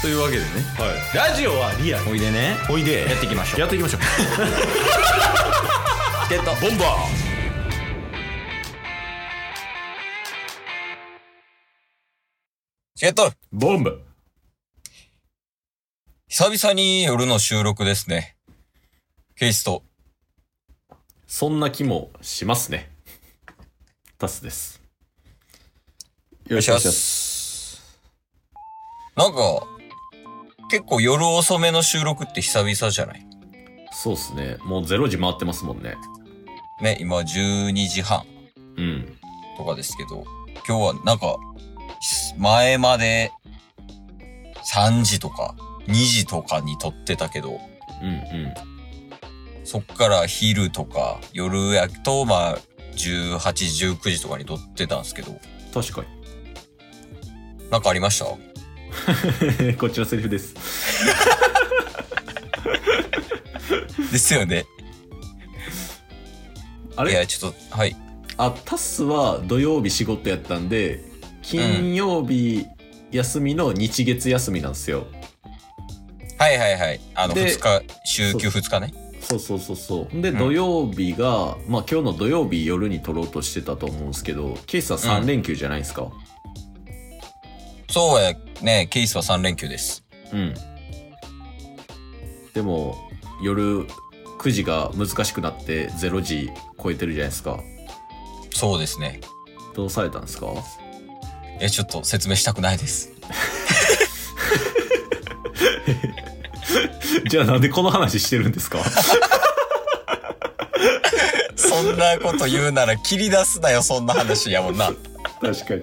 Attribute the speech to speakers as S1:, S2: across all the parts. S1: というわけでね
S2: はい、ラジオはリアル
S1: おいでね
S2: おいで
S1: やっていきましょう
S2: やっていきましょう
S1: チケットボンバーチケット
S2: ボンバ
S1: 久々に夜の収録ですね。ケイスト。
S2: そんな気もしますねタスですよ
S1: ろしくお願いしますなんか、結構夜遅めの収録って久々じゃない
S2: そうっすねもう0時回ってますもんね
S1: ね、今12時半
S2: うん
S1: とかですけど、今日はなんか、前まで3時とか2時とかに撮ってたけど、
S2: うんうん
S1: そっから昼とか夜やと、まあ、18、19時とかに撮ってたんですけど、
S2: 確か
S1: なんかありま した
S2: に こっちのセリフです
S1: ですよね。
S2: あ
S1: い
S2: れ
S1: や、ちょっと、はい。
S2: あタスは土曜日仕事やったんで金曜日休みの日月休みなんですよ、
S1: はいはいはい。あの、
S2: で
S1: 2日、週休2日ね。
S2: そうそうそうそうで、
S1: ん
S2: 土曜日がまあ今日の土曜日夜に撮ろうとしてたと思うんですけどケイスは
S1: う
S2: 3
S1: ん
S2: 連休じゃないですか
S1: そうやね、ケースは3連休です。
S2: うん、でも夜9時が難しくなって0時超えてるじゃないですか
S1: そうですね。
S2: どうされたんですか
S1: え、ちょっと説明したくないです。
S2: じゃあなんでこの話してるんですか
S1: そんなこと言うなら切り出すなよ、そんな話やもんな。い
S2: 確かに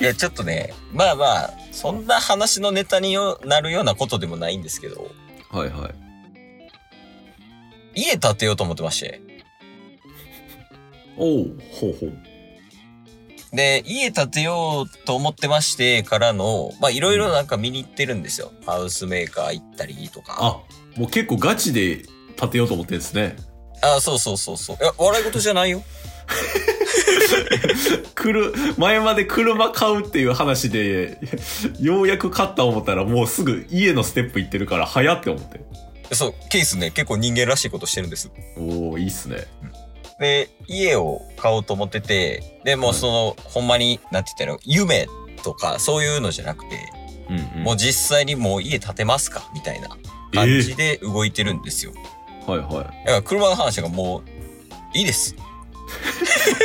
S1: や、ちょっとね、まあまあ、そんな話のネタによなるようなことでもないんですけど、
S2: はいはい
S1: 家建てようと思ってまして。
S2: おうほうほう
S1: で、家建てようと思ってましてからの、まあいろいろなんか見に行ってるんですよ。ハウスメーカー行ったりとか。
S2: あもう結構ガチで立てようと思ってるんですね
S1: あ、そうそうそうそう。いや、笑い事じゃないよ。
S2: くる前まで車買うっていう話でようやく買った思ったらもうすぐ家のステップ行ってるから早って思って
S1: そう、ケースね、結構人間らしいことしてるんです。
S2: おおいいっすね
S1: で、家を買おうと思ってて、でもうその、ほんまに、なんて言ったら、夢とかそういうのじゃなくて、
S2: うんうん
S1: もう実際にもう家建てますかみたいな
S2: え
S1: 感じで動いてるんですよ。
S2: ーはいは
S1: だから車の話がもう、いいです。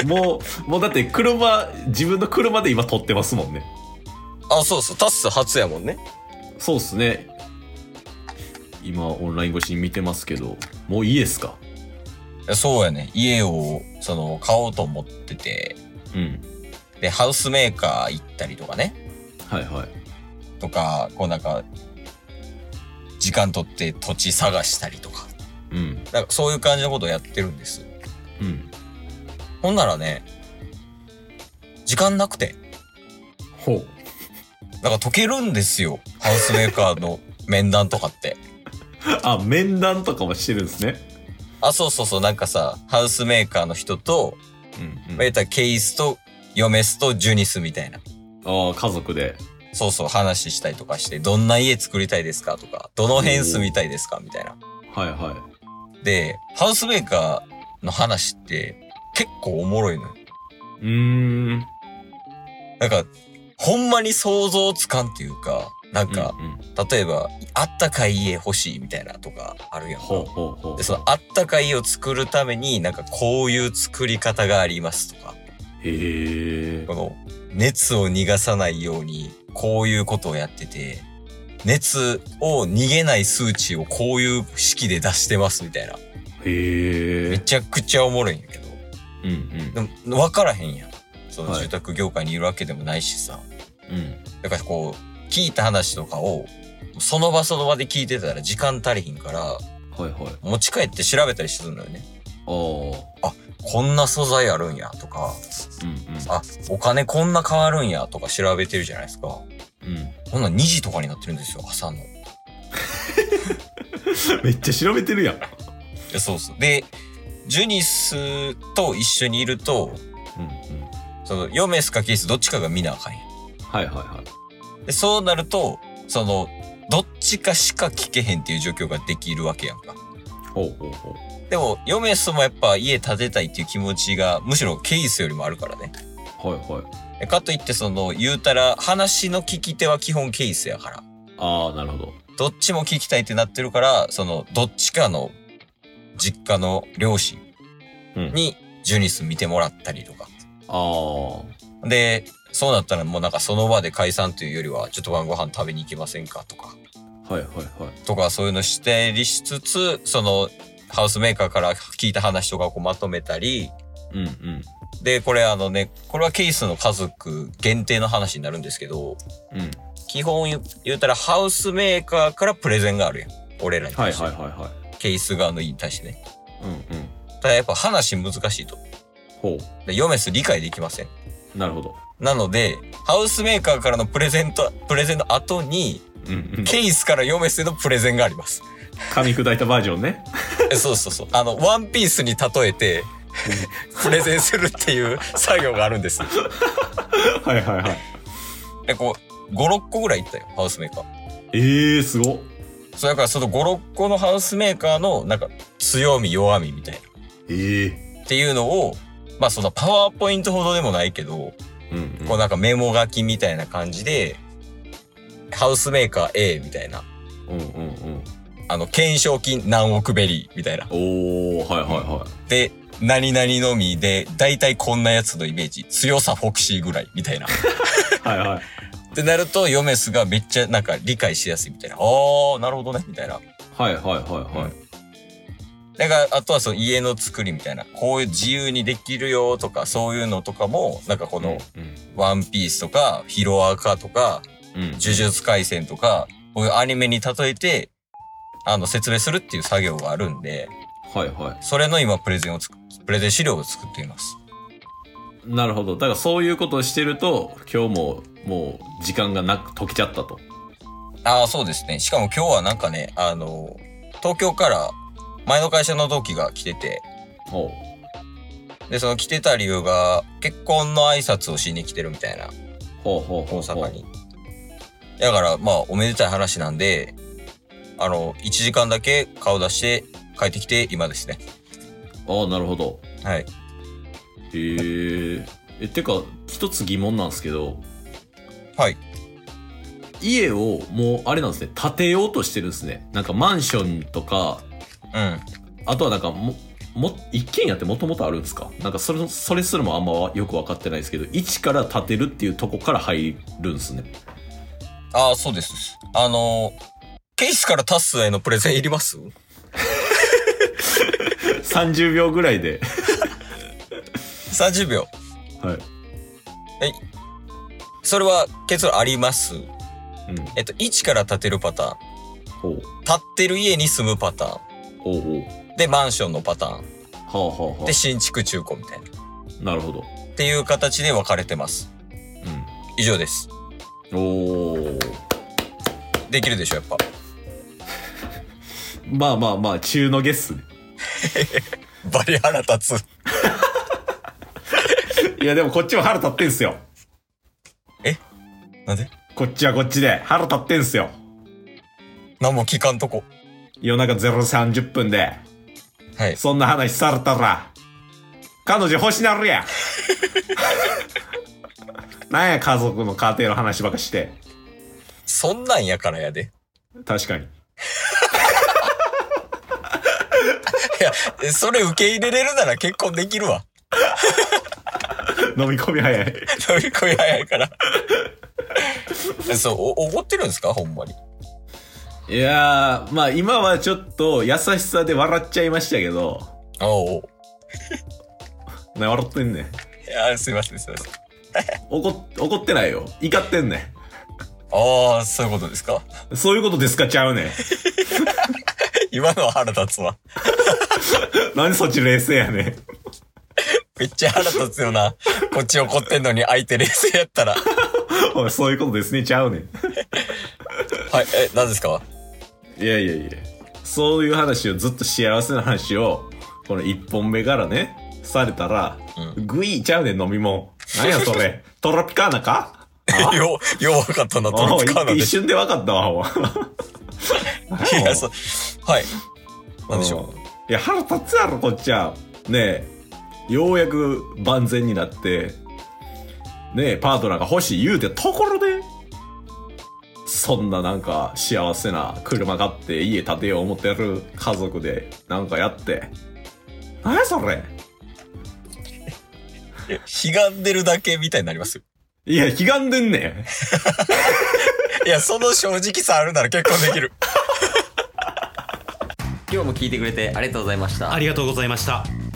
S2: いもうもうだって車自分の車で今撮ってますもんね
S1: あ、そうそう、タス初やもんね。
S2: そうっすね今オンライン越しに見てますけどもう家っすか
S1: いやそうやね。家を、その、買おうと思ってて、
S2: うん
S1: で、ハウスメーカー行ったりとかね、
S2: はいはい
S1: とか、こうなんか、時間取って土地探したりとか、
S2: うん
S1: なんかそういう感じのことをやってるんです。
S2: うん
S1: ほんならね、時間なくて、
S2: ほう
S1: なんか溶けるんですよ。ハウスメーカーの面談とかって。
S2: あ面談とかもしてるんですね
S1: あ、そうそうそう、なんかさ、ハウスメーカーの人と、
S2: うん、
S1: まあ、言ったらケイスと、嫁スとジュニスみたいな。
S2: ああ家族で
S1: そうそう話したりとかして、どんな家作りたいですかとか、どの辺住みたいですかみたいな。
S2: はいはい
S1: で、ハウスメーカーの話って結構おもろいのよ。
S2: うーん。
S1: なんか、ほんまに想像つかんっていうか、なんか、
S2: うんうん、
S1: 例えば、あったかい家欲しいみたいなとかあるやんか。
S2: ほうほうほう。
S1: で、そのあったかい家を作るために、なんかこういう作り方がありますとか、
S2: へえ
S1: こ。の熱を逃がさないようにこういうことをやってて、熱を逃げない数値をこういう式で出してますみたいな。
S2: へ
S1: め
S2: え。
S1: ちゃくちゃおもろいんやけど。
S2: うん
S1: でも分からへんやん。その
S2: はい
S1: 住宅業界にいるわけでもないしさ。
S2: うん。うん。
S1: だからこう、聞いた話とかを、その場その場で聞いてたら時間足りひんから、
S2: はいはい。
S1: 持ち帰って調べたりするのよね。
S2: ああ。
S1: こんな素材あるんやとか、
S2: うん
S1: あ、お金こんな変わるんやとか調べてるじゃないですか。
S2: うん。うん。
S1: こんなん2時とかになってるんですよ、朝の。
S2: めっちゃ調べてるやん。
S1: いやそうそう。で、ジュニスと一緒にいると、
S2: うんうん。
S1: その、ヨメスかケースどっちかが見なあかんや
S2: はいはいはい。
S1: んで、そうなると、その、どっちかしか聞けへんっていう状況ができるわけやんか。
S2: ほうほうほう。
S1: でも、ヨメスもやっぱ家建てたいっていう気持ちが、むしろケイスよりもあるからね。
S2: はいはい。
S1: かといってその、言うたら、話の聞き手は基本ケイスやから。
S2: ああ、なるほど。
S1: どっちも聞きたいってなってるから、その、どっちかの実家の両親
S2: うん
S1: にジュニス見てもらったりとか。
S2: あ
S1: で、そうなったらもうなんかその場で解散というよりは、ちょっと晩ご飯食べに行きませんかとか、
S2: あ、はいはいはい。
S1: とかそういうのしたりしつつ、その、ハウスメーカーから聞いた話とかをこうまとめたり、
S2: うんうん。
S1: で、これあのね、これはケースの家族限定の話になるんですけど、
S2: うん。
S1: 基本言う言うたらハウスメーカーからプレゼンがあるやん。俺らに
S2: は
S1: 対
S2: い
S1: して。
S2: はいはいはい。
S1: ケース側のに対してね。
S2: うんうん。
S1: ただやっぱ話難しいと。
S2: ほ
S1: でヨメス理解できません。
S2: う。なるほど。
S1: なので、ハウスメーカーからのプレゼント、プレゼンの後に、
S2: うんうん。
S1: ケースからヨメスへのプレゼンがあります。
S2: 噛み砕いたバージョン ね。
S1: えそうそうそう。あの、ワンピースに例えて、プレゼンするっていう作業があるんです。
S2: はいはいはい。
S1: で、こう、5、6個ぐらいいったよ、ハウスメーカー。
S2: ええー、すごっ。
S1: そう、だからその5、6個のハウスメーカーの、なんか、強み、弱みみたい
S2: ええ
S1: な。っていうのを、まあそのパワーポイントほどでもないけど、
S2: ー。うん、うん。
S1: こうなんかメモ書きみたいな感じで、ハウスメーカー A みたいな、
S2: うんうんうん。
S1: あの、懸賞金何億ベリーみたいな。
S2: おー、はいはいは
S1: で、何々のみで、だいたいこんなやつのイメージ、強さフォクシーぐらいみたい な。
S2: い。はいはい。
S1: ってなると、ヨメスがめっちゃなんか理解しやすいみたいな。あー、なるほどね、みたいな。
S2: はいはいはいはい。
S1: だから、あとはその家の作りみたいな、こういう自由にできるよとか、そういうのとかも、なんかこの、ワンピースとか、ヒロアカとか、
S2: うん。うん。
S1: 呪術廻戦とか、こういうアニメに例えて、あの、説明するっていう作業があるんで、
S2: はいは
S1: それの今プレゼンをつく、プレゼン資料を作っています。
S2: い。なるほど。だからそういうことをしてると、今日も、もう、時間がなく、解けちゃったと。
S1: ああ、そうですね。しかも今日はなんかね、あの、東京から前の会社の同期が来てて、
S2: おう。
S1: で、その来てた理由が、結婚の挨拶をしに来てるみたいな、
S2: ほうほうほ
S1: 大
S2: うほう。
S1: 阪に。だから、まあ、おめでたい話なんで、あの、1時間だけ顔出して帰ってきて、今ですね。
S2: ああ、なるほど。
S1: はい。
S2: へーえ。てか、一つ疑問なんですけど、
S1: はい。
S2: 家をもう、あれなんですね、建てようとしてるんですね。なんかマンションとか、
S1: うん。
S2: あとはなんかも、も、一軒家ってもともとあるんですかなんかそれ、それすらもあんまわよく分かってないですけど、一から建てるっていうとこから入るんですね。
S1: ああ、そうです。あの、ケースからタスへのプレゼンいります
S2: 30秒ぐらいで。
S1: ?30 秒。
S2: はい。
S1: それは結論あります。
S2: うん。
S1: えっと、1から建てるパターン。
S2: ほう。
S1: 建ってる家に住むパター
S2: ほうほう。
S1: ン。で、マンションのパターン。
S2: はあはあは
S1: で、新築中古みたいな。
S2: あ。なるほど。
S1: っていう形で分かれてます。以上です。
S2: うん。おー。
S1: できるでしょ、やっぱ。
S2: まあまあまあ、中のゲス。
S1: バリ腹立つ。
S2: いやでもこっちは腹立ってんすよ。
S1: なんで
S2: こっちはこっちで腹立ってんすよ。
S1: 何も聞かんとこ。
S2: 夜中0時30分で、
S1: はい。
S2: そんな話されたら、彼女欲しなるやん。 なんや家族の家庭の話ばっかして。
S1: そんなんやからやで。
S2: 確かに。
S1: いや、えそれ受け入れれるなら結婚できるわ。
S2: 飲み込み早い。
S1: 飛び込み早いから。えそう、お、怒ってるんですかほんまに。
S2: いやー、まあ今はちょっと優しさで笑っちゃいましたけど、
S1: あお
S2: な笑ってんねん。
S1: いや、すいません、すいません。
S2: 怒っ、怒ってないよ。怒ってんね
S1: ああ、そういうことです か。
S2: ん。そういうことですかちゃうねん。
S1: 今のは腹立つわ。
S2: 何そっち冷静やねん。
S1: めっちゃ腹立つよな。こっち怒ってんのに相手冷静やったら。
S2: おいそういうことですね、ちゃうねん。
S1: はい、え、何ですか
S2: いやいやいや。そういう話をずっと幸せな話を、この一本目からね、されたら、グイーちゃうねん飲み物。何やそれ。トロピカーナか あ
S1: よ、よう分かったな、トロピカーナ
S2: あ
S1: で
S2: 一
S1: し
S2: 瞬で分かったわお
S1: た。
S2: 前
S1: いや、そう。はい。なんでしょ
S2: ういや腹立つやろこっちはねえようやく万全になってねえパートナーが欲しい言うてところでそんななんか幸せな車買って家建てよう思ってる家族でなんかやって何やそれ
S1: う。ひがんでるだけみたいになりますよ。
S2: いや悲願でんね
S1: いや、その正直さあるなら結婚できる。
S3: 今日も聞いてくれてありがとうございました
S4: ありがとうございました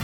S4: す